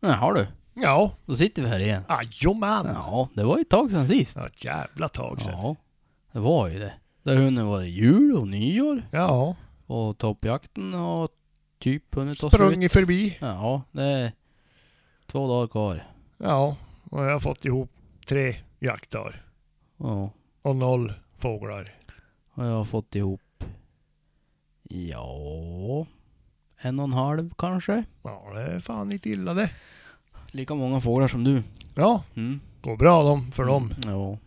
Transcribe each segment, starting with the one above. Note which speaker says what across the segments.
Speaker 1: Ja, har du.
Speaker 2: Ja,
Speaker 1: Då sitter vi här igen.
Speaker 2: jajomän. Ja.
Speaker 1: Ja, det var ju ett tag sedan sist.
Speaker 2: Ett jävla tag sedan.
Speaker 1: Ja, det var ju det. Det har hunnit vara jul och nyår
Speaker 2: Ja,
Speaker 1: och toppjakten har typ hunnit ta slut.
Speaker 2: sprungit förbi.
Speaker 1: Ja, det är två dagar kvar.
Speaker 2: Ja, och jag har fått ihop tre jaktdagar
Speaker 1: Ja,
Speaker 2: och noll fåglar.
Speaker 1: och jag har fått ihop, ja, en och en halv kanske.
Speaker 2: Ja, det är fan inte illa det.
Speaker 1: Lika många fåglar som du.
Speaker 2: Ja,
Speaker 1: Mm.
Speaker 2: går bra de för dem.
Speaker 1: Mm, Ja.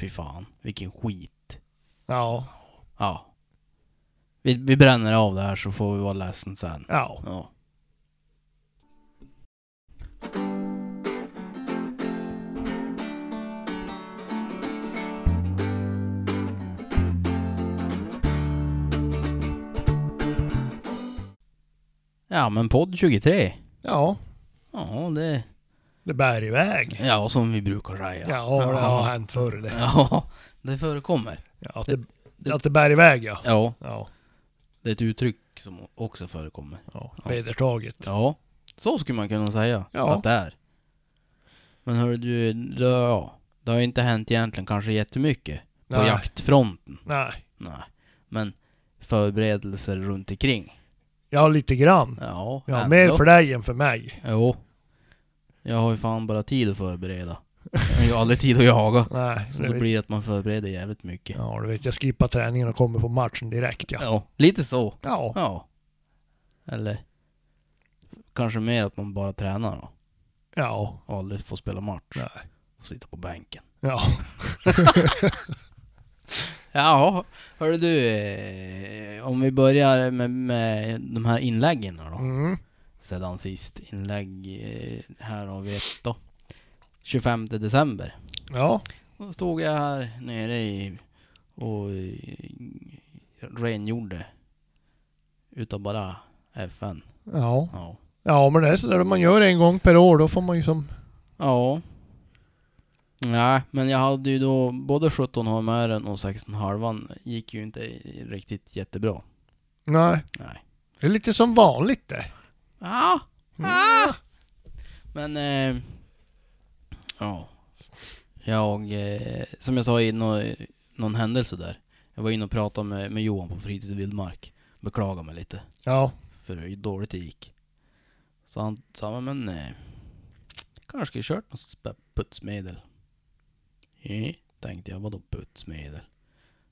Speaker 1: Fy fan, vilken skit.
Speaker 2: Ja,
Speaker 1: Ja. Vi, vi bränner av det här så får vi vara ledsen sen.
Speaker 2: ja.
Speaker 1: Ja. Ja men podd 23.
Speaker 2: Ja,
Speaker 1: Ja det...
Speaker 2: det bär iväg.
Speaker 1: Ja som vi brukar säga.
Speaker 2: Ja, det har hänt förr det.
Speaker 1: Ja, det förekommer.
Speaker 2: Ja, att, det, att det bär iväg ja.
Speaker 1: Ja,
Speaker 2: Ja,
Speaker 1: det är ett uttryck som också förekommer.
Speaker 2: ja. vedertaget.
Speaker 1: Ja, så skulle man kunna säga
Speaker 2: Ja.
Speaker 1: att det är. Men hörru du, det, ja, det har ju inte hänt egentligen kanske jättemycket på
Speaker 2: Nej,
Speaker 1: jaktfronten.
Speaker 2: nej.
Speaker 1: Nej. Men förberedelser runt omkring.
Speaker 2: Ja, lite grann.
Speaker 1: Ja,
Speaker 2: Ja,
Speaker 1: ändå.
Speaker 2: mer för dig än för mig.
Speaker 1: Jo. Jag har ju fan bara tid att förbereda. Jag har ju aldrig tid att jaga.
Speaker 2: Nej,
Speaker 1: Så
Speaker 2: det
Speaker 1: det
Speaker 2: vet-
Speaker 1: blir att man förbereder jävligt mycket.
Speaker 2: Ja, du vet, jag skippar träningen och kommer på matchen direkt ja.
Speaker 1: ja lite så.
Speaker 2: Ja,
Speaker 1: Ja. Eller kanske mer att man bara tränar då.
Speaker 2: ja,
Speaker 1: Och aldrig får spela match.
Speaker 2: Nej.
Speaker 1: Och sitta på bänken.
Speaker 2: ja.
Speaker 1: Ja, hörru du. eh, Om vi börjar med, med de här inläggen då.
Speaker 2: Mm.
Speaker 1: Sedan sist. Inlägg eh, här har vi ett då. 25 december.
Speaker 2: Ja,
Speaker 1: Då stod jag här nere i och eh, rengjorde. Utav bara FN.
Speaker 2: ja.
Speaker 1: Ja.
Speaker 2: Ja, men det är sådär man gör en gång per år, då får man ju som...
Speaker 1: Ja. Nej, men jag hade ju då både 17 HMR och 16 halvan gick ju inte i- riktigt jättebra.
Speaker 2: Nej,
Speaker 1: Nej.
Speaker 2: det är lite som vanligt det.
Speaker 1: Ja.
Speaker 2: Mm.
Speaker 1: Men eh, ja. Jag, eh, som jag sa i nå någon händelse där. Jag var inne och pratade med, med Johan på Fritid i Vildmark. Beklagade mig lite
Speaker 2: Ja,
Speaker 1: för hur dåligt det gick. Så han sa, men eh, kanske skulle kört något spä- putsmedel. Ja, tänkte jag, vadå putsmedel?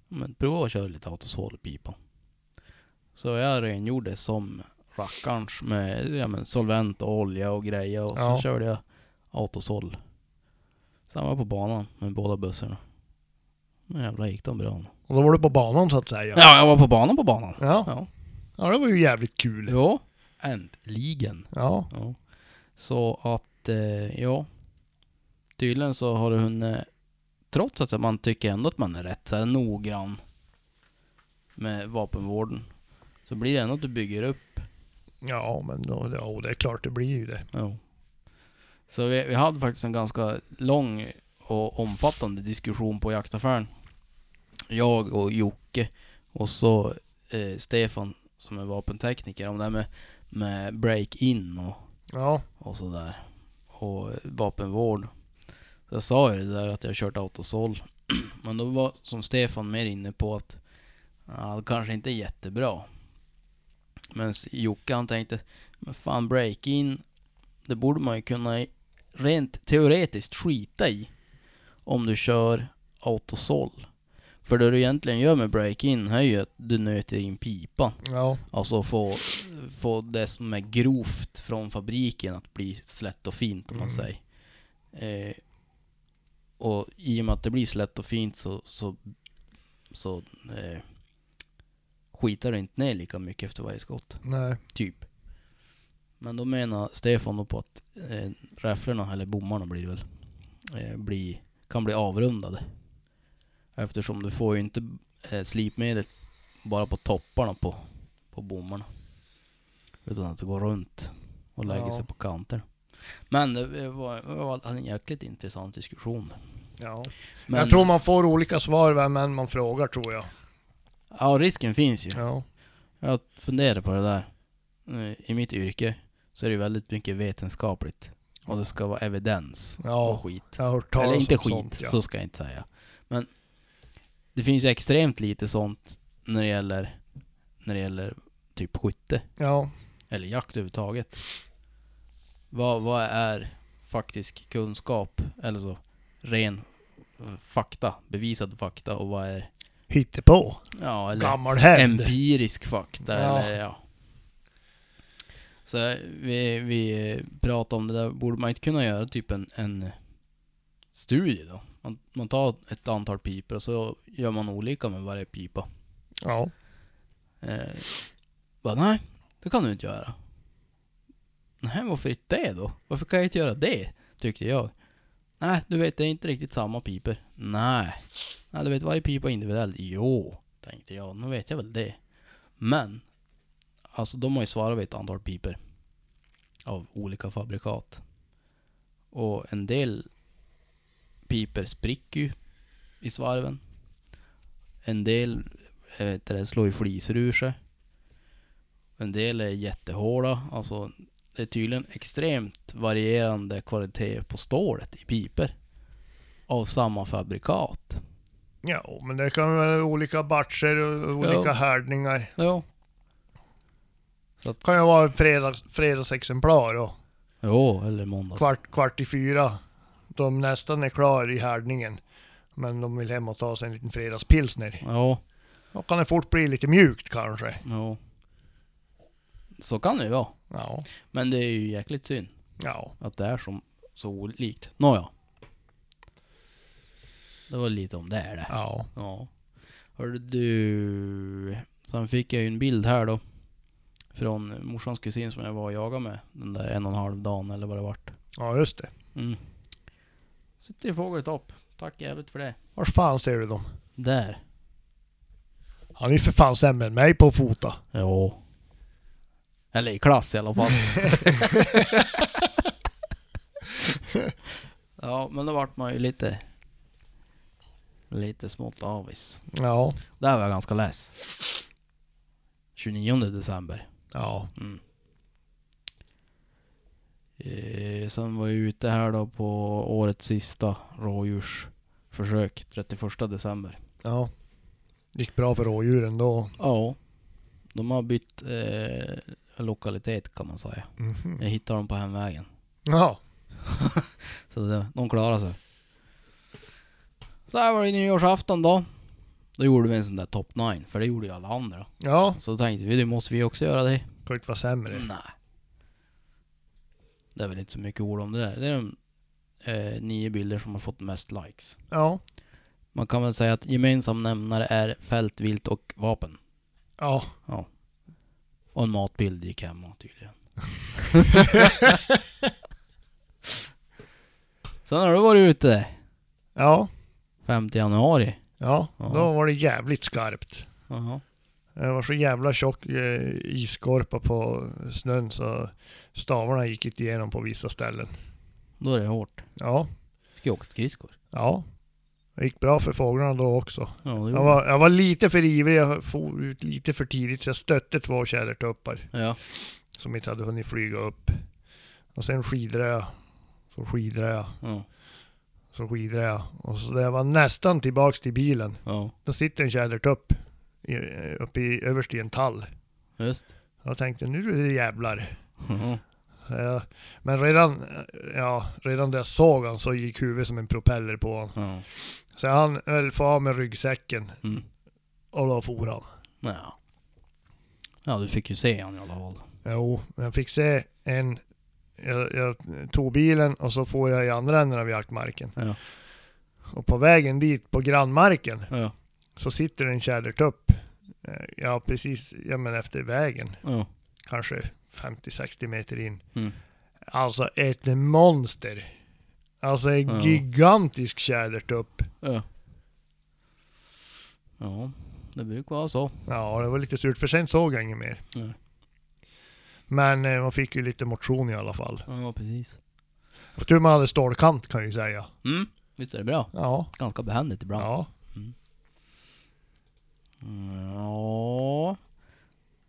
Speaker 1: Men prova att köra lite autosol i pipan. Så jag rengjorde som rackarns med ja, men solvent och olja och grejer och
Speaker 2: Ja.
Speaker 1: så körde jag autosol. Sen var jag på banan med båda bussarna. Men jävlar gick de bra.
Speaker 2: och då var du på banan så att säga.
Speaker 1: Ja, jag var på banan på banan.
Speaker 2: Ja,
Speaker 1: Ja.
Speaker 2: ja det var ju jävligt kul.
Speaker 1: Jo, äntligen.
Speaker 2: Ja,
Speaker 1: Ja. Så att, eh, ja. Tydligen så har du hunnit, trots att man tycker ändå att man är rätt så här noggrann med vapenvården, så blir det ändå att du bygger upp.
Speaker 2: ja men då, det, ja, det är klart det blir ju det.
Speaker 1: Ja. Så vi, vi hade faktiskt en ganska lång och omfattande diskussion på jaktaffären. Jag och Jocke och så eh, Stefan som är vapentekniker om det här med, med break-in och
Speaker 2: Ja,
Speaker 1: och sådär. Och vapenvård. Så jag sa ju det där att jag har kört autosol. Men då var, som Stefan, mer inne på att ja, det kanske inte är jättebra. Men Jocke han tänkte, men fan break-in, det borde man ju kunna i- rent teoretiskt skita i. Om du kör autosol. För det du egentligen gör med break-in är ju att du nöter in pipan.
Speaker 2: ja,
Speaker 1: Alltså få, få det som är grovt från fabriken att bli slätt och fint om man
Speaker 2: Mm.
Speaker 1: säger. Eh, och i och med att det blir slätt och fint så, så, så eh, skitar du inte ner lika mycket efter varje skott.
Speaker 2: nej,
Speaker 1: Typ. Men då menar Stefan då på att eh, räfflorna, eller bommarna blir det väl, eh, bli, kan bli avrundade. Eftersom du får ju inte eh, slipmedel bara på topparna på, på bommarna. Utan att det går runt och lägger
Speaker 2: Ja.
Speaker 1: sig på kanterna. Men det var, det var en jäkligt intressant diskussion.
Speaker 2: ja.
Speaker 1: Men,
Speaker 2: Jag tror man får olika svar vem än man frågar tror jag.
Speaker 1: Ja, risken finns ju.
Speaker 2: Ja,
Speaker 1: Jag funderar på det där. Eh, I mitt yrke så är det ju väldigt mycket vetenskapligt. Och det ska vara evidens
Speaker 2: Ja.
Speaker 1: och skit.
Speaker 2: Jag har hört talas
Speaker 1: Eller inte
Speaker 2: om
Speaker 1: skit,
Speaker 2: sånt. Ja.
Speaker 1: så ska jag inte säga. Men det finns ju extremt lite sånt när det gäller, när det gäller typ skytte.
Speaker 2: ja.
Speaker 1: Eller jakt överhuvudtaget. Vad, vad är faktisk kunskap? Eller så ren eh, fakta, bevisad fakta och vad är
Speaker 2: Hittepå.
Speaker 1: ja, eller
Speaker 2: Gammal hävd.
Speaker 1: empirisk fakta?
Speaker 2: Ja.
Speaker 1: Eller, ja. Så vi, vi pratade om det där, borde man inte kunna göra typ en, en studie då? Man, man tar ett antal pipor och så gör man olika med varje pipa.
Speaker 2: Ja.
Speaker 1: Eh, bara, nej, det kan du inte göra. Nej, varför inte det då? Varför kan jag inte göra det? Tyckte jag. Nej, du vet, det är inte riktigt samma piper. Nej. Nej, du vet, varje pipa är individuell. Jo, tänkte jag. Nu vet jag väl det. Men, alltså de har ju svarat vid ett antal piper. Av olika fabrikat. Och en del piper spricker ju i svarven. En del jag vet inte, det slår ju flisor ur sig. En del är jättehårda. Alltså, det är tydligen extremt varierande kvalitet på stålet i piper. Av samma fabrikat.
Speaker 2: ja, men det kan vara olika batcher och olika
Speaker 1: Ja.
Speaker 2: härdningar.
Speaker 1: Ja.
Speaker 2: Det kan ju vara fredags, fredagsexemplar och
Speaker 1: Jo, eller måndags.
Speaker 2: kvart, kvart i fyra. De nästan är klar i härdningen. Men de vill hem och ta sig en liten fredagspilsner.
Speaker 1: Ja,
Speaker 2: Då kan det fort bli lite mjukt kanske.
Speaker 1: ja. Så kan det ju vara.
Speaker 2: Ja.
Speaker 1: Men det är ju jäkligt synd
Speaker 2: Ja.
Speaker 1: att det är som, så olikt. Nåja. Det var lite om det här det.
Speaker 2: Ja.
Speaker 1: Ja. Hörru du. Sen fick jag ju en bild här då. Från morsans kusin som jag var och jagade med. Den där en och en halv dagen eller vad det vart.
Speaker 2: Ja, just det.
Speaker 1: Mm. Sitter i fågeltopp. Tack jävligt för det.
Speaker 2: Var fan ser du dem?
Speaker 1: Där.
Speaker 2: Han är ju för fan sämre än mig på att fota.
Speaker 1: Ja. Eller i klass i alla fall. ja men då vart man ju lite. Lite smått avis.
Speaker 2: Ja.
Speaker 1: Där var jag ganska less. 29 december.
Speaker 2: Ja.
Speaker 1: Mm. Eh, sen var jag ute här då på årets sista rådjursförsök 31 december.
Speaker 2: Ja. Gick bra för rådjuren då.
Speaker 1: Ja, de har bytt eh, lokalitet kan man säga.
Speaker 2: Mhm.
Speaker 1: Jag hittade dem på hemvägen.
Speaker 2: Ja.
Speaker 1: Så det, de klarade sig. Så här var det nyårsafton då. Då gjorde vi en sån där top 9, för det gjorde ju alla andra.
Speaker 2: Ja.
Speaker 1: Så tänkte vi, det måste vi också göra det.
Speaker 2: Kan ju inte vara sämre.
Speaker 1: Nej. Det är väl inte så mycket ord om det där. Det är de eh, nio bilder som har fått mest likes.
Speaker 2: Ja.
Speaker 1: Man kan väl säga att gemensam nämnare är fältvilt och vapen.
Speaker 2: Ja.
Speaker 1: Och en matbild gick hemma tydligen. Sen har du varit ute.
Speaker 2: Ja.
Speaker 1: 5 januari.
Speaker 2: Ja.
Speaker 1: Ja.
Speaker 2: Då var det jävligt skarpt.
Speaker 1: Jaha.
Speaker 2: Det var så jävla tjock eh, isskorpa på snön så stavarna gick inte igenom på vissa ställen.
Speaker 1: Då är det hårt.
Speaker 2: Ja,
Speaker 1: Ska jag åka skridskor?
Speaker 2: ja. Det gick bra för fåglarna då också.
Speaker 1: Ja, det
Speaker 2: Jag
Speaker 1: gjorde
Speaker 2: var, jag var lite för ivrig, jag for ut lite för tidigt så jag stötte två tjädertuppar
Speaker 1: det. Ja.
Speaker 2: som inte hade hunnit flyga upp. Och sen skidrade jag. Så skidrade jag.
Speaker 1: Ja.
Speaker 2: Så skidrade jag. Och så när jag var nästan tillbaks till bilen,
Speaker 1: ja.
Speaker 2: då sitter en tjädertupp i- eh, uppe i, överst i en tall.
Speaker 1: Just.
Speaker 2: Jag tänkte nu är det jävlar.
Speaker 1: Ja.
Speaker 2: Ja, Men redan, ja, redan där jag såg han så gick huvudet som en propeller på honom.
Speaker 1: Ja.
Speaker 2: Så han höll för av med ryggsäcken
Speaker 1: Mm.
Speaker 2: och då for han.
Speaker 1: ja. Ja, du fick ju se han i alla fall.
Speaker 2: Jo, men jag fick se en, jag, jag tog bilen och så for jag i andra änden av jaktmarken.
Speaker 1: Ja.
Speaker 2: Och på vägen dit, på grannmarken,
Speaker 1: Ja.
Speaker 2: så sitter en tjädertupp. eh, Ja, precis, ja men efter vägen.
Speaker 1: Ja.
Speaker 2: Kanske 50-60 meter in.
Speaker 1: Mm.
Speaker 2: Alltså ett monster. Alltså en
Speaker 1: Ja.
Speaker 2: gigantisk tjädertupp.
Speaker 1: Ja. Ja, det brukar vara så.
Speaker 2: Ja, det var lite surt, för sen såg jag inget mer.
Speaker 1: Nej.
Speaker 2: Men eh, man fick ju lite motion i alla fall.
Speaker 1: Ja, precis.
Speaker 2: Och tur man hade stålkant kan jag ju säga.
Speaker 1: Mm, visst är det bra?
Speaker 2: Ja,
Speaker 1: Ganska behändigt ibland. Ja.
Speaker 2: ja,
Speaker 1: ja.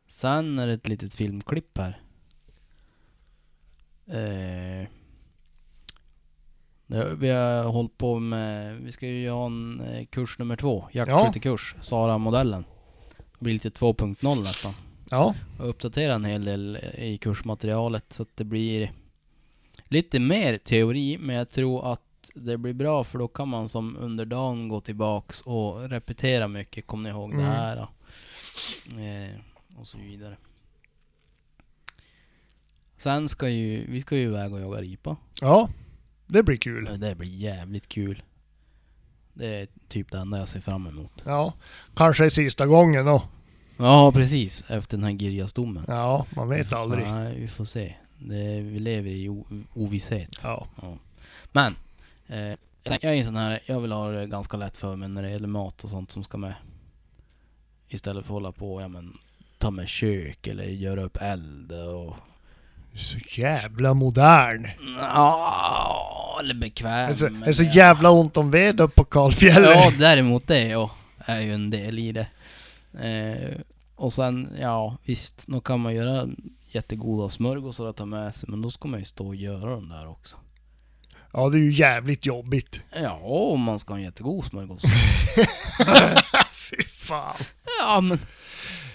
Speaker 1: Sen är det ett litet filmklipp här. Eh, det, vi har hållit på med, vi ska ju ha en eh, kurs nummer två, jaktskyttekurs, Sara-modellen. Det blir lite 2.0 nästan.
Speaker 2: Ja,
Speaker 1: Jag uppdaterar en hel del i kursmaterialet så att det blir lite mer teori, men jag tror att det blir bra för då kan man som under dagen gå tillbaks och repetera mycket. Kommer ni ihåg det
Speaker 2: Mm.
Speaker 1: här? då? Eh, och så vidare. Sen ska ju, vi ska ju iväg och jaga ripa.
Speaker 2: ja. Det blir kul.
Speaker 1: Det blir jävligt kul. Det är typ det enda jag ser fram emot.
Speaker 2: Ja, kanske är sista gången då.
Speaker 1: Ja, precis. Efter den här Girjasdomen.
Speaker 2: Ja, man vet aldrig.
Speaker 1: Nej, vi får se. Det, vi lever i o- ovisshet.
Speaker 2: Ja,
Speaker 1: Men, eh, jag är en sån här, jag vill ha det ganska lätt för mig när det gäller mat och sånt som ska med. Istället för att hålla på ja, men, ta med kök eller göra upp eld och...
Speaker 2: så jävla modern.
Speaker 1: Ah, eller
Speaker 2: Det
Speaker 1: bekväm.
Speaker 2: är så,
Speaker 1: men
Speaker 2: det är så
Speaker 1: jag-
Speaker 2: jävla ont om ved uppe på Kalfjället.
Speaker 1: Ja, däremot det ja, är ju en del i det. Eh, och sen, ja visst, nog kan man göra jättegoda smörgåsar att ta med sig, men då ska man ju stå och göra dem där också.
Speaker 2: Ja, det är ju jävligt jobbigt.
Speaker 1: Ja, om man ska ha en jättegod smörgås.
Speaker 2: Fy fan.
Speaker 1: ja, men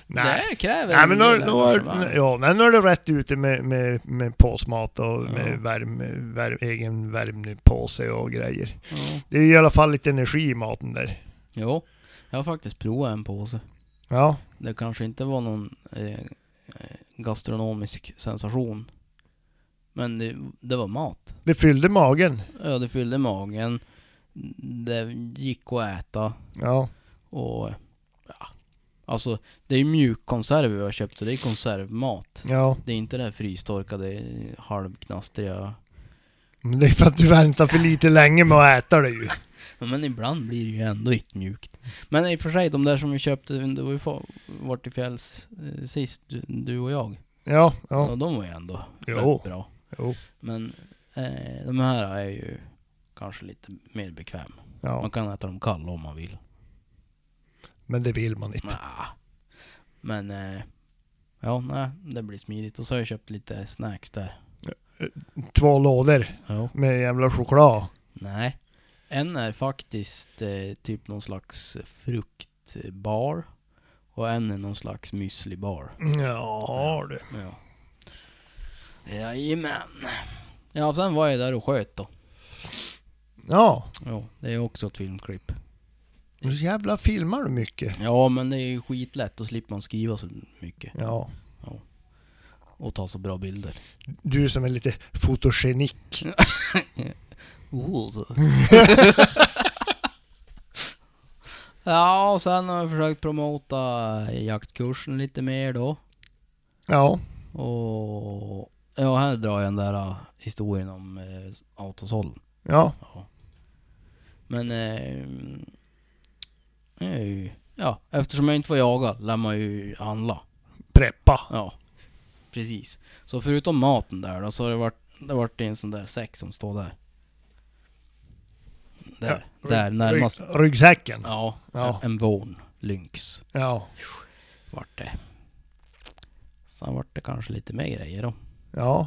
Speaker 2: Nej.
Speaker 1: det kräver
Speaker 2: Nej men nu,
Speaker 1: en del
Speaker 2: nu, har,
Speaker 1: engagemang.
Speaker 2: ja, men nu är det rätt ute med, med, med påsmat och
Speaker 1: Ja.
Speaker 2: med värme, värme, egen värmepåse och grejer.
Speaker 1: Ja.
Speaker 2: Det är ju i alla fall lite energi i maten där.
Speaker 1: Jo, jag har faktiskt provat en påse.
Speaker 2: Ja,
Speaker 1: Det kanske inte var någon eh, eh, gastronomisk sensation. Men det, det var mat.
Speaker 2: det fyllde magen.
Speaker 1: Ja, det fyllde magen. Det gick att äta.
Speaker 2: Ja,
Speaker 1: Och ja, alltså det är ju mjukkonserver jag har köpt så det är konservmat.
Speaker 2: ja.
Speaker 1: Det är inte det här frystorkade halvknastriga.
Speaker 2: Men det är för att du väntar för lite länge med att äta det ju.
Speaker 1: Men ibland blir det ju ändå inte mjukt. Men i och för sig de där som vi köpte, det var ju fa- vart i fjälls eh, sist, du, du och jag.
Speaker 2: Ja,
Speaker 1: Ja.
Speaker 2: ja,
Speaker 1: de var ju ändå
Speaker 2: Jo.
Speaker 1: rätt bra.
Speaker 2: jo.
Speaker 1: Men eh, de här är ju kanske lite mer bekväm. Man
Speaker 2: Ja.
Speaker 1: kan äta dem kalla om man vill.
Speaker 2: Men det vill man inte.
Speaker 1: Nja. Men eh, ja, nej, det blir smidigt. Och så har jag köpt lite snacks där.
Speaker 2: Två lådor
Speaker 1: Ja.
Speaker 2: med jävla choklad.
Speaker 1: Nej. En är faktiskt eh, typ någon slags fruktbar. Och en är någon slags müslibar.
Speaker 2: Ja du.
Speaker 1: Ja. Jajamän. Ja, och sen var jag där och sköt då.
Speaker 2: Ja,
Speaker 1: Ja, det är också ett filmklipp.
Speaker 2: nu jävla filmar du mycket.
Speaker 1: Ja, men det är ju skitlätt. Då slipper man skriva så mycket.
Speaker 2: Ja.
Speaker 1: Och ta så bra bilder.
Speaker 2: Du som är lite fotogenik.
Speaker 1: Oh, så. ja, och sen har jag försökt promota jaktkursen lite mer då.
Speaker 2: Ja,
Speaker 1: Och ja, här drar jag den där eh, historien om eh, autosåld.
Speaker 2: ja,
Speaker 1: Ja. Men eh, det är ju- ja, eftersom jag inte får jaga lär man ju handla.
Speaker 2: preppa.
Speaker 1: Ja, precis. Så förutom maten där då, så har det varit, det har varit en sån där säck som står där. Där,
Speaker 2: Ja,
Speaker 1: där
Speaker 2: rygg-
Speaker 1: närmast.
Speaker 2: rygg- Ryggsäcken.
Speaker 1: Ja,
Speaker 2: Ja.
Speaker 1: en, en vån lynx
Speaker 2: Ja,
Speaker 1: vart det. Sen vart det kanske lite mer grejer då.
Speaker 2: ja,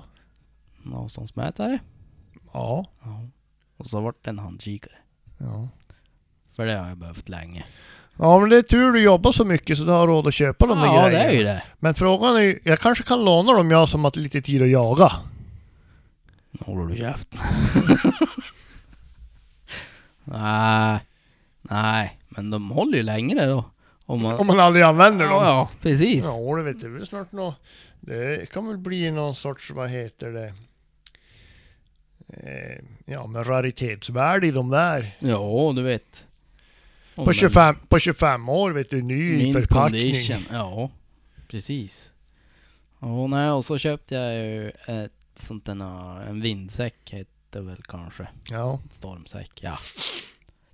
Speaker 1: En avståndsmätare.
Speaker 2: ja,
Speaker 1: Ja. Och så vart det en handkikare.
Speaker 2: ja.
Speaker 1: För det har jag behövt länge.
Speaker 2: Ja men det är tur du jobbar så mycket så du har råd att köpa de där
Speaker 1: ja, det
Speaker 2: grejerna.
Speaker 1: är ju det.
Speaker 2: Men frågan är ju, jag kanske kan låna dem jag som har lite tid att jaga.
Speaker 1: Nu håller du käften. nej, nej, men de håller ju längre då. Om man,
Speaker 2: Om man aldrig använder dem.
Speaker 1: Ja, ja precis. Ja.
Speaker 2: Ja, det vet du väl snart nå. Det kan väl bli någon sorts, vad heter det? Eh, ja, men raritetsvärde i de där.
Speaker 1: du vet. Om
Speaker 2: På
Speaker 1: en
Speaker 2: 25, på 25 år vet du, ny
Speaker 1: mint
Speaker 2: förpackning.
Speaker 1: condition. Ja, precis. Och, nej, och så köpte jag ju ett sånt där, eh, en vindsäck hette väl kanske.
Speaker 2: Ja,
Speaker 1: Stormsäck, ja.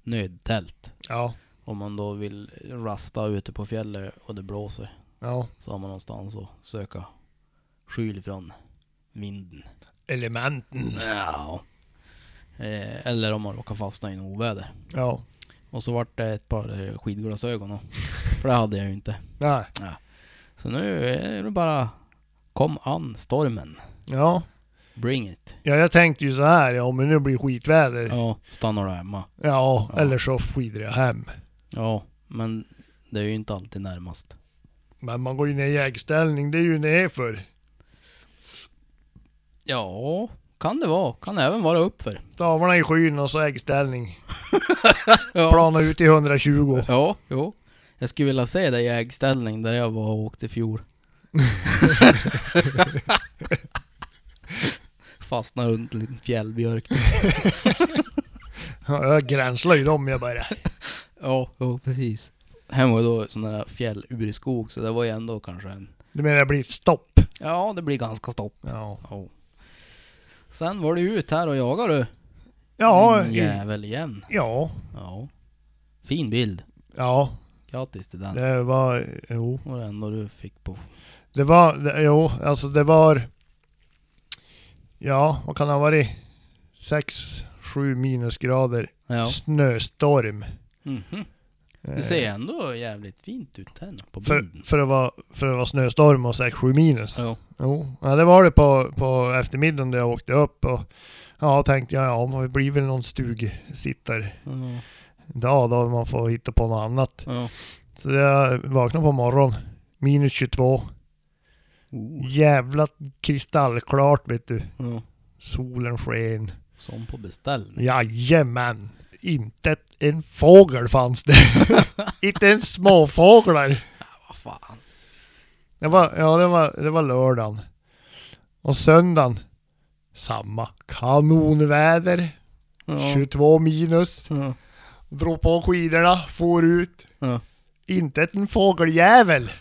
Speaker 1: Nödtält.
Speaker 2: ja,
Speaker 1: Om man då vill rasta ute på fjället och det blåser.
Speaker 2: ja.
Speaker 1: Så har man någonstans att söka skyl från vinden.
Speaker 2: Elementen.
Speaker 1: Ja. Eh, eller om man råkar fastna i en oväder.
Speaker 2: Ja,
Speaker 1: Och så vart det ett par eh, skidglasögon då. För det hade jag ju inte.
Speaker 2: nej.
Speaker 1: Så nu är det bara Kom an stormen.
Speaker 2: Ja.
Speaker 1: Bring it.
Speaker 2: Ja, jag tänkte ju så här, ja men nu blir det skitväder. Ja,
Speaker 1: Ja, stannar du hemma. Ja.
Speaker 2: eller så skidar jag hem.
Speaker 1: Ja, men det är ju inte alltid närmast.
Speaker 2: Men man går ju ner i äggställning, det är ju nerför.
Speaker 1: Ja, kan det vara. Kan även vara uppför.
Speaker 2: Stavarna i skyn och så äggställning.
Speaker 1: Ja,
Speaker 2: Plana ut i 120.
Speaker 1: ja jo. Jag skulle vilja se dig i äggställning där jag var och åkte i fjol. Fastnar runt en liten fjällbjörk.
Speaker 2: Ja, Jag gränslade ju dem jag bara.
Speaker 1: Ja, jo, precis. Här var ju då sån där fjällurskog, så det var ju ändå kanske en...
Speaker 2: Du menar jag blir stopp?
Speaker 1: Ja, det blir ganska stopp.
Speaker 2: Ja.
Speaker 1: Ja. Sen var du ut här och jagade du.
Speaker 2: Ja,
Speaker 1: Din
Speaker 2: i-
Speaker 1: jävel igen.
Speaker 2: ja,
Speaker 1: Ja. Fin bild.
Speaker 2: ja,
Speaker 1: Grattis till den.
Speaker 2: det var, jo.
Speaker 1: var det enda du fick på...
Speaker 2: Det var, det, jo, alltså det var, ja, vad kan det ha varit? 6-7 minusgrader,
Speaker 1: Ja.
Speaker 2: snöstorm.
Speaker 1: Mhm.
Speaker 2: Eh,
Speaker 1: Det ser ändå jävligt fint ut här nu på bilden.
Speaker 2: för, för, att vara, för att vara snöstorm och 6-7 minus.
Speaker 1: Ja.
Speaker 2: Jo, ja, det var det på, på eftermiddagen när jag åkte upp och ja, tänkte jag, ja, men det blir väl någon stugsittardag
Speaker 1: Ja.
Speaker 2: då man får hitta på något annat.
Speaker 1: ja.
Speaker 2: Så jag vaknade på morgonen, minus 22.
Speaker 1: Oh.
Speaker 2: Jävla kristallklart vet du.
Speaker 1: ja.
Speaker 2: Solen sken.
Speaker 1: Som på beställning.
Speaker 2: Jajamän. Inte ett- en fågel fanns det. Inte en småfåglar.
Speaker 1: Vad fan.
Speaker 2: Det var, ja, det var, det var lördagen. Och söndagen, samma. Kanonväder.
Speaker 1: Ja.
Speaker 2: 22 minus.
Speaker 1: Ja.
Speaker 2: Drog på skidorna, for ut.
Speaker 1: Ja.
Speaker 2: Inte en fågeljävel.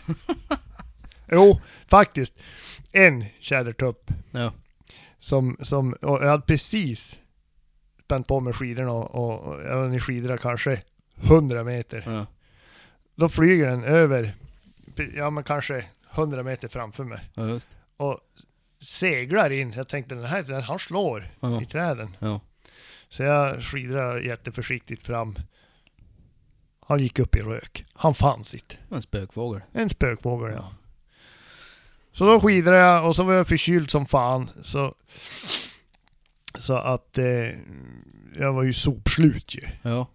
Speaker 2: jo, faktiskt. En tjädertupp.
Speaker 1: Ja.
Speaker 2: Som, som, och jag hade precis spänt på mig skidorna och, och, och jag var i skidorna kanske 100 meter.
Speaker 1: Ja.
Speaker 2: Då flyger den över, ja men kanske 100 meter framför mig.
Speaker 1: Ja, just det.
Speaker 2: Och seglar in. Jag tänkte den här, den, han slår
Speaker 1: Ja.
Speaker 2: i träden.
Speaker 1: Ja.
Speaker 2: Så jag skidade jätteförsiktigt fram. Han gick upp i rök. Han fanns inte.
Speaker 1: En spökfågel.
Speaker 2: En spökfågel ja. Så då skidade jag och så var jag förkyld som fan. Så, så att eh, jag var ju sopslut ju.
Speaker 1: Ja.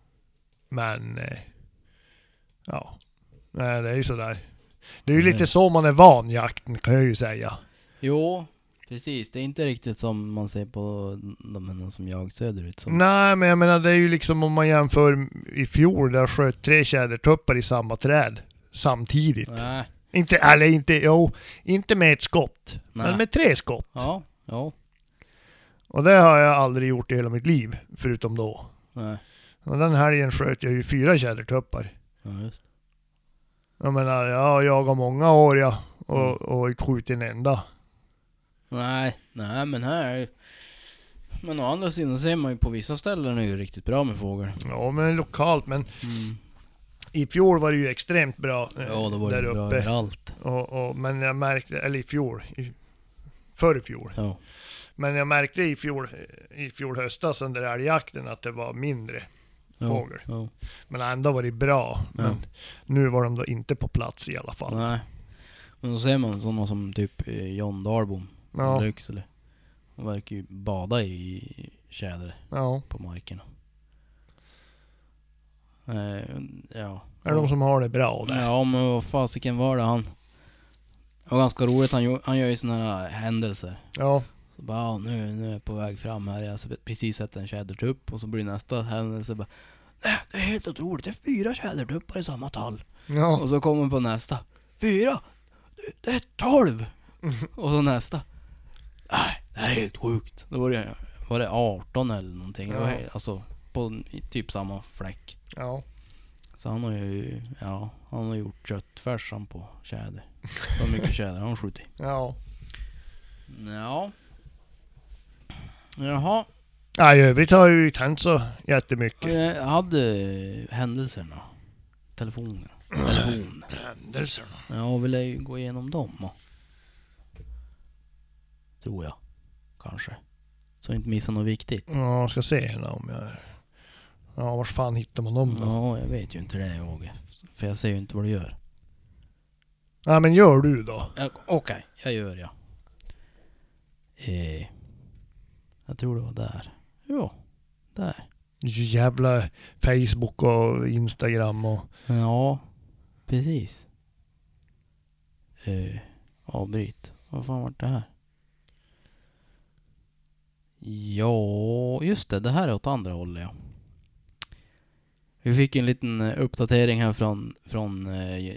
Speaker 2: Men eh, ja, nej det är ju sådär. Det är ju
Speaker 1: Mm.
Speaker 2: lite så man är van jakten kan jag ju säga.
Speaker 1: Jo. Precis. Det är inte riktigt som man ser på de männen som jag söderut. Som...
Speaker 2: Nej men jag menar det är ju liksom om man jämför i fjol där jag sköt tre tjädertuppar i samma träd samtidigt.
Speaker 1: Nej.
Speaker 2: Inte, eller inte, jo, inte med ett skott. Men
Speaker 1: Nej.
Speaker 2: med tre skott.
Speaker 1: Ja. Ja.
Speaker 2: Och det har jag aldrig gjort i hela mitt liv, förutom då.
Speaker 1: Nej.
Speaker 2: Och den helgen sköt jag ju fyra tjädertuppar.
Speaker 1: Ja, just det.
Speaker 2: Jag menar, jag har jagat många år ja,
Speaker 1: Mm.
Speaker 2: och, och inte skjutit en enda.
Speaker 1: Nej. Nej, men här är ju... Men å andra sidan ser man ju på vissa ställen är ju riktigt bra med fågel.
Speaker 2: Ja, men lokalt. Men
Speaker 1: Mm.
Speaker 2: i fjol var det ju extremt bra eh,
Speaker 1: Ja, då var det
Speaker 2: där
Speaker 1: ju bra
Speaker 2: uppe.
Speaker 1: överallt.
Speaker 2: Och, och, men jag märkte, eller i fjol, i, förr i fjol.
Speaker 1: Ja.
Speaker 2: Men jag märkte i fjol, i fjol höstas under älgjakten att det var mindre.
Speaker 1: Ja.
Speaker 2: Fågel.
Speaker 1: Ja.
Speaker 2: Men ändå var det bra. Men nu var de då inte på plats i alla fall.
Speaker 1: Nej. Men då ser man sådana som typ eh, John Dahlbom i
Speaker 2: Ja,
Speaker 1: Lycksele. Han verkar ju bada i tjäder
Speaker 2: ja.
Speaker 1: på markerna. Eh, ja.
Speaker 2: Är de som har det bra där?
Speaker 1: Ja men vad fasiken var det han... Det var ganska roligt, han, gjo- han gör ju sådana här händelser.
Speaker 2: Ja,
Speaker 1: Så bara ja, nu, nu är jag på väg fram här, jag har precis sett en tjädertupp och så blir nästa händelse bara "Nej, Det är helt otroligt, det är fyra tjädertuppar i samma tall.
Speaker 2: ja,
Speaker 1: Och så kommer på nästa. Fyra! Det- Det är tolv! Och så nästa. Nej, det här är helt sjukt. Då var det, var det 18 eller någonting. Det var,
Speaker 2: Ja.
Speaker 1: he- alltså på n- i typ samma fläck.
Speaker 2: ja.
Speaker 1: Så han har ju, ja, han har gjort köttfärsan på tjäder. Så mycket tjäder har han skjutit.
Speaker 2: ja.
Speaker 1: Ja. Jaha.
Speaker 2: Ja, i övrigt har jag ju inte hänt så jättemycket.
Speaker 1: Jag eh, hade händelserna. Telefonen. Telefon.
Speaker 2: Händelserna.
Speaker 1: Ja, vill jag ju gå igenom dem och... Tror jag. Kanske. Så jag inte missar något viktigt.
Speaker 2: Ja, jag ska se här om jag... Ja, var fan hittar man dem då? Ja.
Speaker 1: Ja, jag vet ju inte det Åge. För jag ser ju inte vad du gör.
Speaker 2: men gör du då.
Speaker 1: Ja, Okej, jag gör ja. Eh, Jag tror det var där. Jo, där.
Speaker 2: Ju Jävla Facebook och Instagram och...
Speaker 1: Ja, precis. Eh, avbryt. Vad fan vart det här? Ja, just det. Det här är åt andra hållet ja. Vi fick en liten eh, uppdatering här från, från eh,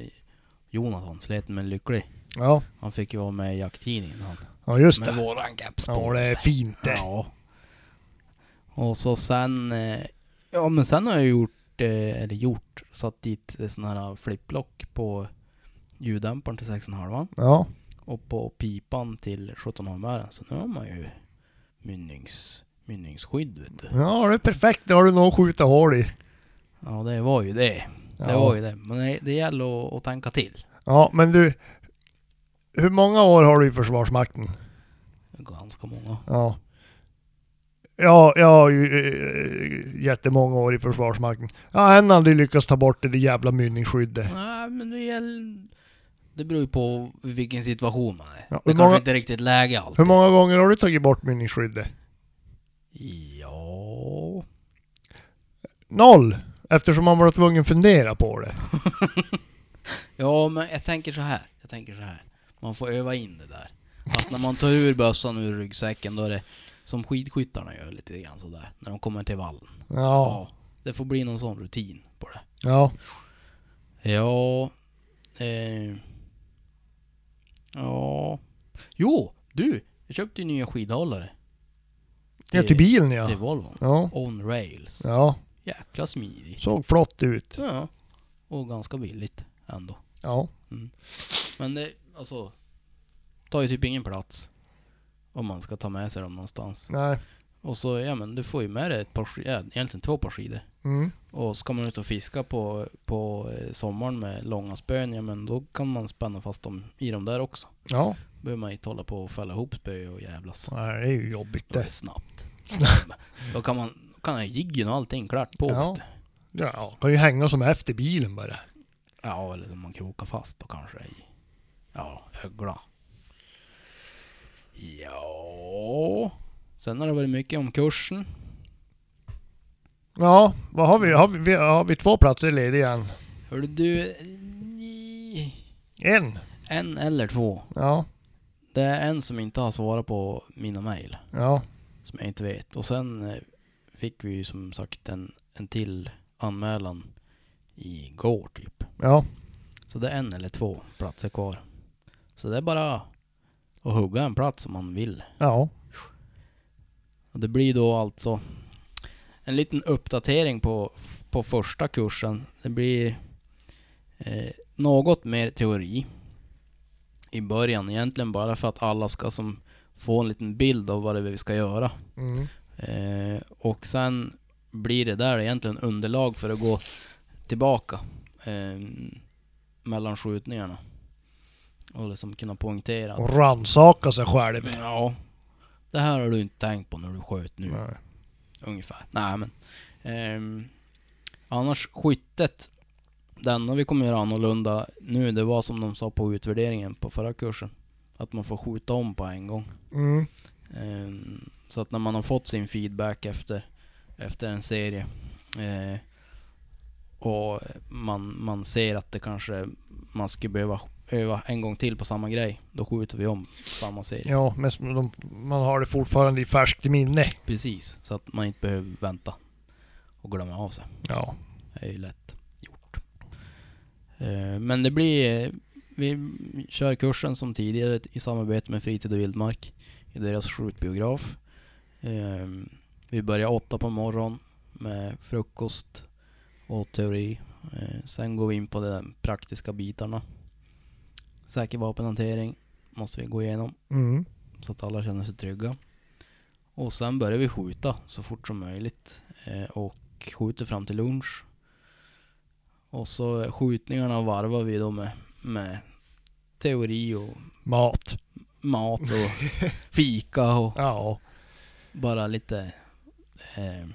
Speaker 1: Jonathan Släten men lycklig.
Speaker 2: Ja,
Speaker 1: Han fick ju vara med i jakttidningen han.
Speaker 2: ja just
Speaker 1: Med
Speaker 2: det.
Speaker 1: våran caps på.
Speaker 2: Ja, det är fint det.
Speaker 1: Ja. Och så sen... eh, Ja men sen har jag gjort, eh, eller gjort, satt dit eh, sån här flipplock på ljuddämparen till 6,5
Speaker 2: Ja,
Speaker 1: och på pipan till 17,5 Så nu har man ju mynnings, mynningsskydd vet du.
Speaker 2: ja det är perfekt. Det har du nog att skjuta hål i.
Speaker 1: Ja det var ju det. Det
Speaker 2: Ja.
Speaker 1: var ju det. Men det, det gäller att, att tänka till.
Speaker 2: Ja, men du... Hur många år har du i Försvarsmakten?
Speaker 1: Ganska många.
Speaker 2: Ja. Ja, jag har ju eh, jättemånga år i Försvarsmakten. Jag har än aldrig lyckats ta bort det där jävla mynningsskyddet.
Speaker 1: Nej men det gäller... Det beror ju på vilken situation man är.
Speaker 2: Ja, hur
Speaker 1: det
Speaker 2: många-
Speaker 1: kanske inte är riktigt läge alltid.
Speaker 2: Hur många gånger har du tagit bort mynningsskyddet?
Speaker 1: Ja...
Speaker 2: Noll! Eftersom man var tvungen fundera på det.
Speaker 1: Ja, men jag tänker så här. Jag tänker så här. Man får öva in det där. Att när man tar ur bössan ur ryggsäcken då är det som skidskyttarna gör lite grann sådär. När de kommer till vallen.
Speaker 2: Ja.
Speaker 1: Det får bli någon sån rutin på det.
Speaker 2: Ja.
Speaker 1: Ja... Eh, ja... Jo! Du! Jag köpte ju nya skidhållare.
Speaker 2: Ja, till bilen ja.
Speaker 1: Till Volvo.
Speaker 2: Ja.
Speaker 1: On rails.
Speaker 2: Ja.
Speaker 1: Jäkla smidigt.
Speaker 2: Såg flott ut.
Speaker 1: Ja. Och ganska billigt ändå.
Speaker 2: Ja.
Speaker 1: Men det, alltså, tar ju typ ingen plats. Om man ska ta med sig dem någonstans.
Speaker 2: Nej.
Speaker 1: Och så, ja men du får ju med dig ett par skidor, ja, egentligen två par skidor.
Speaker 2: Mm.
Speaker 1: Och ska man ut och fiska på, på eh, sommaren med långa spön, ja men då kan man spänna fast dem i dem där också.
Speaker 2: Ja.
Speaker 1: behöver man inte hålla på och fälla ihop spö och jävlas.
Speaker 2: Nej, det är ju jobbigt
Speaker 1: Då är det
Speaker 2: det.
Speaker 1: snabbt. då kan man, kan ha jiggen och allting klart på.
Speaker 2: Ja.
Speaker 1: vet du.
Speaker 2: Ja, kan ju hänga som efter bilen bara.
Speaker 1: Ja, eller om man krokar fast då kanske i... Ja, ögla. Ja... Sen har det varit mycket om kursen.
Speaker 2: Ja, vad har vi? Har vi, vi- har vi två platser lediga än?
Speaker 1: Hörde du... ni-
Speaker 2: En?
Speaker 1: En eller två.
Speaker 2: Ja.
Speaker 1: Det är en som inte har svarat på mina mejl.
Speaker 2: Ja.
Speaker 1: Som jag inte vet. Och sen eh, fick vi ju som sagt en, en till anmälan igår typ.
Speaker 2: Ja.
Speaker 1: Så det är en eller två platser kvar. Så det är bara att hugga en plats om man vill.
Speaker 2: Ja.
Speaker 1: Och det blir då alltså en liten uppdatering på, på första kursen. Det blir eh, något mer teori i början egentligen bara för att alla ska som få en liten bild av vad det är vi ska göra.
Speaker 2: Mm.
Speaker 1: Eh, och sen blir det där egentligen underlag för att gå tillbaka eh, mellan skjutningarna. Och liksom kunna poängtera. att,
Speaker 2: Och rannsaka sig själv.
Speaker 1: Ja, det här har du inte tänkt på när du sköt nu.
Speaker 2: Nej.
Speaker 1: Ungefär. Nej men. ehm, annars skyttet. Det enda vi kommer göra annorlunda nu det var som de sa på utvärderingen på förra kursen. Att man får skjuta om på en gång.
Speaker 2: Mm.
Speaker 1: Ehm, så att när man har fått sin feedback efter, efter en serie. eh, och man, man ser att det kanske man skulle behöva öva en gång till på samma grej. Då skjuter vi om samma serie.
Speaker 2: Ja, men som de, man har det fortfarande i färskt minne.
Speaker 1: Precis, så att man inte behöver vänta och glömma av sig.
Speaker 2: Ja.
Speaker 1: Det är ju lätt gjort. Eh, Men det blir... Vi kör kursen som tidigare i samarbete med Fritid och Vildmark i deras skjutbiograf. Eh, Vi börjar åtta på morgonen med frukost och teori. Eh, Sen går vi in på de praktiska bitarna. Säker vapenhantering måste vi gå igenom
Speaker 2: Mm.
Speaker 1: så att alla känner sig trygga. Och sen börjar vi skjuta så fort som möjligt eh, och skjuter fram till lunch. Och så skjutningarna varvar vi då med, med teori och
Speaker 2: Mat.
Speaker 1: mat och fika och
Speaker 2: Ja.
Speaker 1: bara lite eh,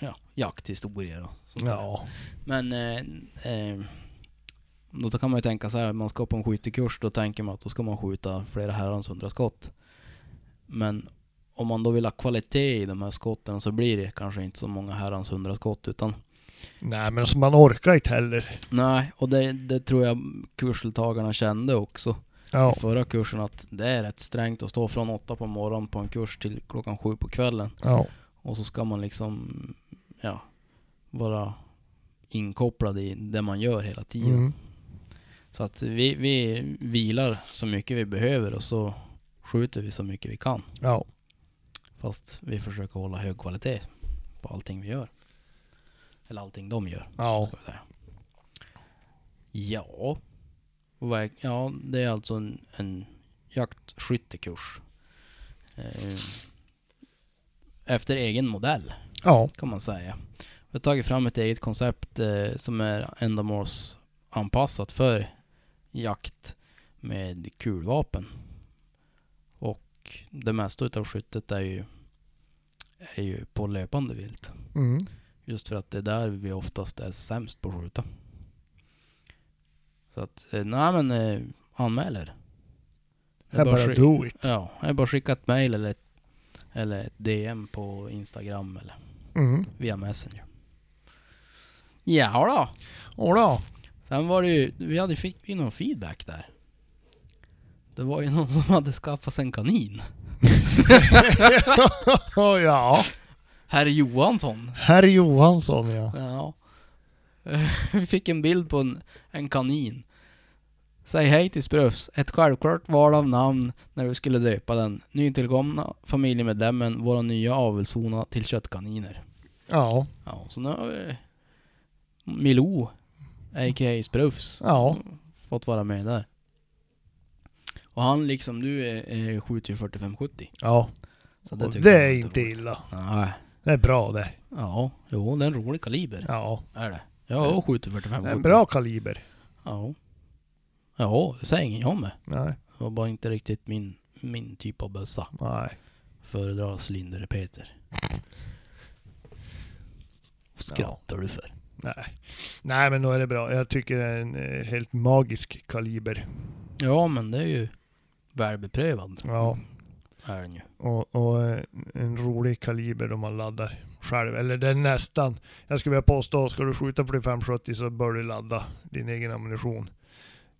Speaker 1: ja, jakthistorier och sånt där.
Speaker 2: Ja.
Speaker 1: Men eh, eh, då kan man ju tänka så här, man ska på en skyttekurs, då tänker man att då ska man skjuta flera herrans hundra skott. Men om man då vill ha kvalitet i de här skotten så blir det kanske inte så många herrans hundra skott utan
Speaker 2: Nej men alltså man orkar inte heller.
Speaker 1: Nej, och det, det tror jag kursdeltagarna kände också
Speaker 2: Ja.
Speaker 1: i förra kursen att det är rätt strängt att stå från åtta på morgonen på en kurs till klockan sju på kvällen
Speaker 2: ja.
Speaker 1: och så ska man liksom, ja, vara inkopplad i det man gör hela tiden.
Speaker 2: Mm.
Speaker 1: Så att vi, vi vilar så mycket vi behöver och så skjuter vi så mycket vi kan.
Speaker 2: ja.
Speaker 1: Fast vi försöker hålla hög kvalitet på allting vi gör. Eller allting de gör.
Speaker 2: Ja.
Speaker 1: Ska vi säga. Ja. Och vad är- Ja, det är alltså en, en jaktskyttekurs. Eh, efter egen modell
Speaker 2: Ja.
Speaker 1: kan man säga. Vi har tagit fram ett eget koncept eh, som är ändamålsanpassat för jakt med kulvapen. Och det mesta utav skyttet är ju, är ju på löpande vilt.
Speaker 2: Mm.
Speaker 1: Just för att det är där vi oftast är sämst på att skjuta. Så att, eh, nej men eh, anmäler.
Speaker 2: Det är bara
Speaker 1: skick-
Speaker 2: do it.
Speaker 1: Ja, det är bara att skicka ett mail eller, ett- eller ett DM på Instagram eller
Speaker 2: Mm.
Speaker 1: via Messenger. Ja då.
Speaker 2: Och då.
Speaker 1: Sen var det ju, vi hade fick ju någon feedback där. Det var ju någon som hade skaffat sig en kanin.
Speaker 2: ja.
Speaker 1: Herr Johansson.
Speaker 2: Herr Johansson ja.
Speaker 1: Ja. Vi fick en bild på en, en kanin. Säg hej till Spröfs. Ett självklart val av namn när vi skulle döpa den. Nytillkomna familjemedlemmen, våra nya avelshona till köttkaniner.
Speaker 2: Ja.
Speaker 1: Ja, så nu har vi Milou, a.k.a. Spröfs.
Speaker 2: Ja.
Speaker 1: fått vara med där. Och han liksom du är, är 7 till 45-70.
Speaker 2: Ja.
Speaker 1: Så
Speaker 2: Och
Speaker 1: tycker
Speaker 2: det
Speaker 1: jag
Speaker 2: är
Speaker 1: inte
Speaker 2: inte
Speaker 1: roligt.
Speaker 2: illa.
Speaker 1: Nej.
Speaker 2: Det är bra det.
Speaker 1: Ja, jo det är en rolig kaliber.
Speaker 2: Ja.
Speaker 1: Är det. Ja, 7 till 45
Speaker 2: Det är en bra kaliber.
Speaker 1: Ja. Ja, det säger ingen jag med.
Speaker 2: Nej.
Speaker 1: Det var bara inte riktigt min, min typ av bössa.
Speaker 2: Nej.
Speaker 1: Föredrar cylinderrepeter. Vad skrattar du för?
Speaker 2: Nej. Nej men då är det bra. Jag tycker det är en eh, helt magisk kaliber.
Speaker 1: Ja, men det är ju välbeprövad.
Speaker 2: Ja.
Speaker 1: Är den ju.
Speaker 2: Och, och eh, en rolig kaliber då man laddar själv. Eller det är nästan. Jag skulle vilja påstå, ska du skjuta 45-70 så bör du ladda din egen ammunition.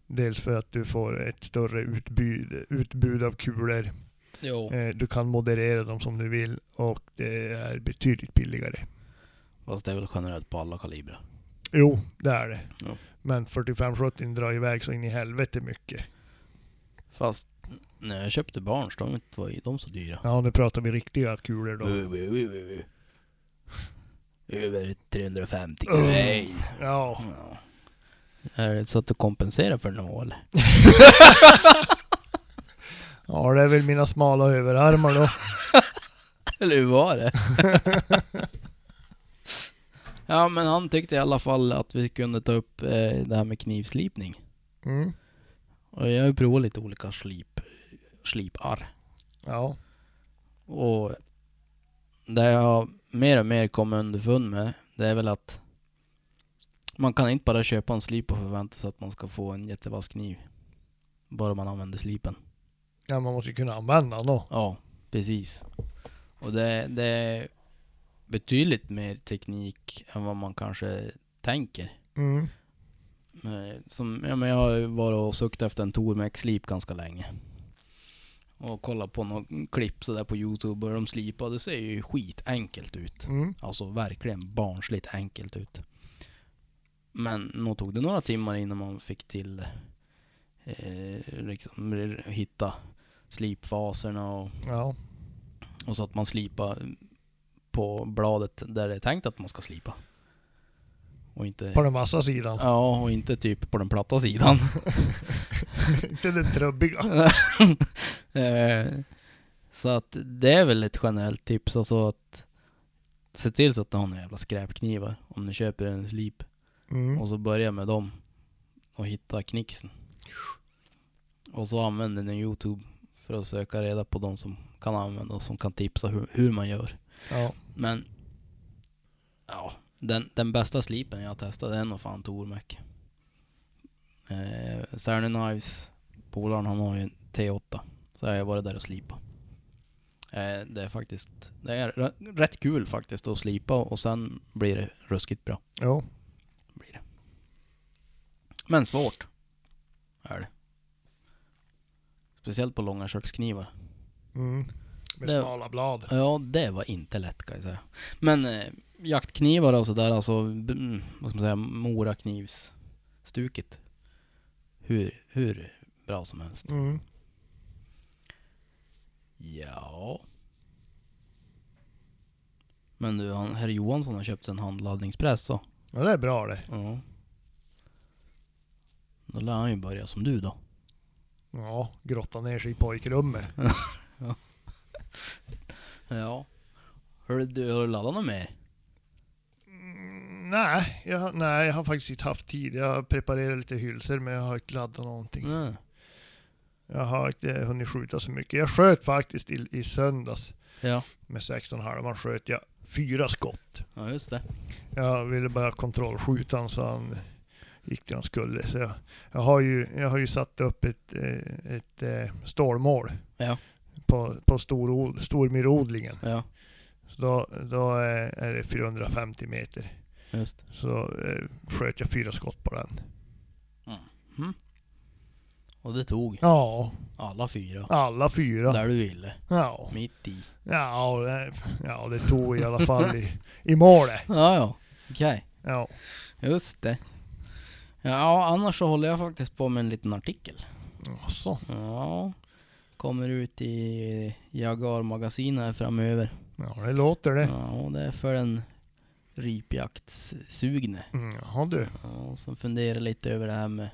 Speaker 2: Dels för att du får ett större utbud, utbud av kulor.
Speaker 1: Jo.
Speaker 2: Eh, Du kan moderera dem som du vill och det är betydligt billigare.
Speaker 1: Fast det är väl generellt på alla kalibrer.
Speaker 2: Jo, det är det.
Speaker 1: Ja.
Speaker 2: Men 45-70 drar iväg så in i helvete mycket.
Speaker 1: Fast när jag köpte barns, de var ju de så dyra.
Speaker 2: Ja, nu pratar vi riktiga kulor då.
Speaker 1: Uh, uh, uh, uh, uh. Över 350
Speaker 2: Uh.
Speaker 1: grain.
Speaker 2: Ja.
Speaker 1: Ja. Är det så att du kompenserar för något eller?
Speaker 2: ja, det är väl mina smala överarmar då.
Speaker 1: Eller hur var det? ja men han tyckte i alla fall att vi kunde ta upp eh, det här med knivslipning.
Speaker 2: Mm.
Speaker 1: Och jag har ju provat lite olika slip, slipar.
Speaker 2: Ja.
Speaker 1: Och det jag har mer och mer kommit underfund med, det är väl att man kan inte bara köpa en slip och förvänta sig att man ska få en jättevass kniv. Bara man använder slipen.
Speaker 2: ja, man måste ju kunna använda den då.
Speaker 1: Ja, precis. Och det, det är betydligt mer teknik än vad man kanske tänker.
Speaker 2: Mm.
Speaker 1: Eh, Som, ja, men jag har ju varit och sökt efter en Tormek-slip ganska länge. Och kollat på någon klipp sådär på Youtube och de slipar, det ser ju skitenkelt ut.
Speaker 2: Mm.
Speaker 1: Alltså verkligen barnsligt enkelt ut. Men nog tog det några timmar innan man fick till eh, liksom r- hitta slipfaserna och,
Speaker 2: Ja.
Speaker 1: och så att man slipar på bladet där det är tänkt att man ska slipa. Och inte...
Speaker 2: På den vassa sidan.
Speaker 1: Ja, och inte typ på den platta sidan.
Speaker 2: Inte den trubbiga.
Speaker 1: Eh, så att det är väl ett generellt tips alltså att se till så att ni har några jävla skräpknivar om ni köper en slip.
Speaker 2: Mm.
Speaker 1: Och så börja med dem och hitta knixen. Och så använder ni Youtube för att söka reda på de som kan använda och som kan tipsa hur, hur man gör.
Speaker 2: Ja.
Speaker 1: Men ja, den, den bästa slipen jag har testat det är nog fan Tormek. Eh, Cerny Knives, polaren han har ju en T8. Så jag har varit där och slipat. Eh, Det är faktiskt, det är r- rätt kul faktiskt att slipa och sen blir det ruskigt bra.
Speaker 2: Ja.
Speaker 1: Blir det. Men svårt är det. Speciellt på långa köksknivar.
Speaker 2: Mm. Med
Speaker 1: Det-
Speaker 2: smala blad.
Speaker 1: Ja, det var inte lätt kan jag säga. Men eh, jaktknivar och sådär, alltså b- mm, vad ska man säga, moraknivsstuket. Hur, hur bra som helst.
Speaker 2: Mm.
Speaker 1: Ja. Men du, han, herr Johansson har köpt en handladdningspress så.
Speaker 2: Ja, det är bra det.
Speaker 1: Ja. Då lär han ju börja som du då.
Speaker 2: Ja, grotta ner sig i pojkrummet.
Speaker 1: Ja. Hör du, har du laddat något mer?
Speaker 2: Mm, nej, jag, nej, jag har faktiskt inte haft tid. Jag har preparerat lite hylsor men jag har inte laddat någonting.
Speaker 1: Nej.
Speaker 2: Jag har inte hunnit skjuta så mycket. Jag sköt faktiskt i, i söndags
Speaker 1: Ja.
Speaker 2: med 16,5 sköt jag fyra skott.
Speaker 1: ja, just det.
Speaker 2: Jag ville bara kontrollskjuta honom så han gick där han skulle. Så jag, jag, har ju, jag har ju satt upp ett, eh, ett eh, stålmål
Speaker 1: Ja.
Speaker 2: på, på stor, stormyrodlingen.
Speaker 1: Ja,
Speaker 2: Så då, då är är det 450 meter.
Speaker 1: just det.
Speaker 2: Så eh, sköt jag fyra skott på den.
Speaker 1: Och det tog
Speaker 2: Ja,
Speaker 1: alla fyra.
Speaker 2: alla fyra.
Speaker 1: Där du ville.
Speaker 2: Ja,
Speaker 1: Mitt i.
Speaker 2: ja, det, ja det tog i alla fall i, i målet.
Speaker 1: Ja, ja. Okej.
Speaker 2: Ja.
Speaker 1: Just det. Ja, annars så håller jag faktiskt på med en liten artikel.
Speaker 2: Så.
Speaker 1: Ja. Kommer ut i Jagar-magasinet här framöver.
Speaker 2: Ja, det låter det.
Speaker 1: Ja, det är för den ripjaktssugne.
Speaker 2: Mm, Jaha du.
Speaker 1: Ja, och som funderar lite över det här med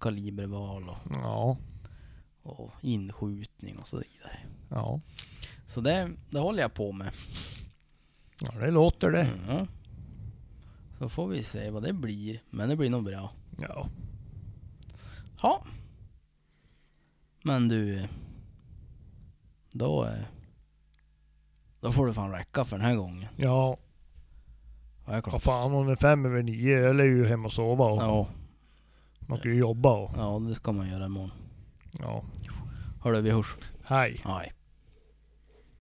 Speaker 1: kaliberval och,
Speaker 2: Ja.
Speaker 1: och inskjutning och så vidare.
Speaker 2: Ja.
Speaker 1: Så det, det håller jag på med. Mm,
Speaker 2: ja, det låter det.
Speaker 1: Ja. Så får vi se vad det blir. Men det blir nog bra.
Speaker 2: Ja.
Speaker 1: Ja. Men du. Då. eh, Då får du fan räcka för den här gången.
Speaker 2: Ja,
Speaker 1: Vad är
Speaker 2: vad
Speaker 1: klockan?
Speaker 2: fan hon är fem över nio. Jag lär ju hem och sova och
Speaker 1: Ja,
Speaker 2: man kan ju jobba och
Speaker 1: ja, det ska man göra imorgon.
Speaker 2: ja.
Speaker 1: Hörru, vi hörs.
Speaker 2: Hej.
Speaker 1: Hej.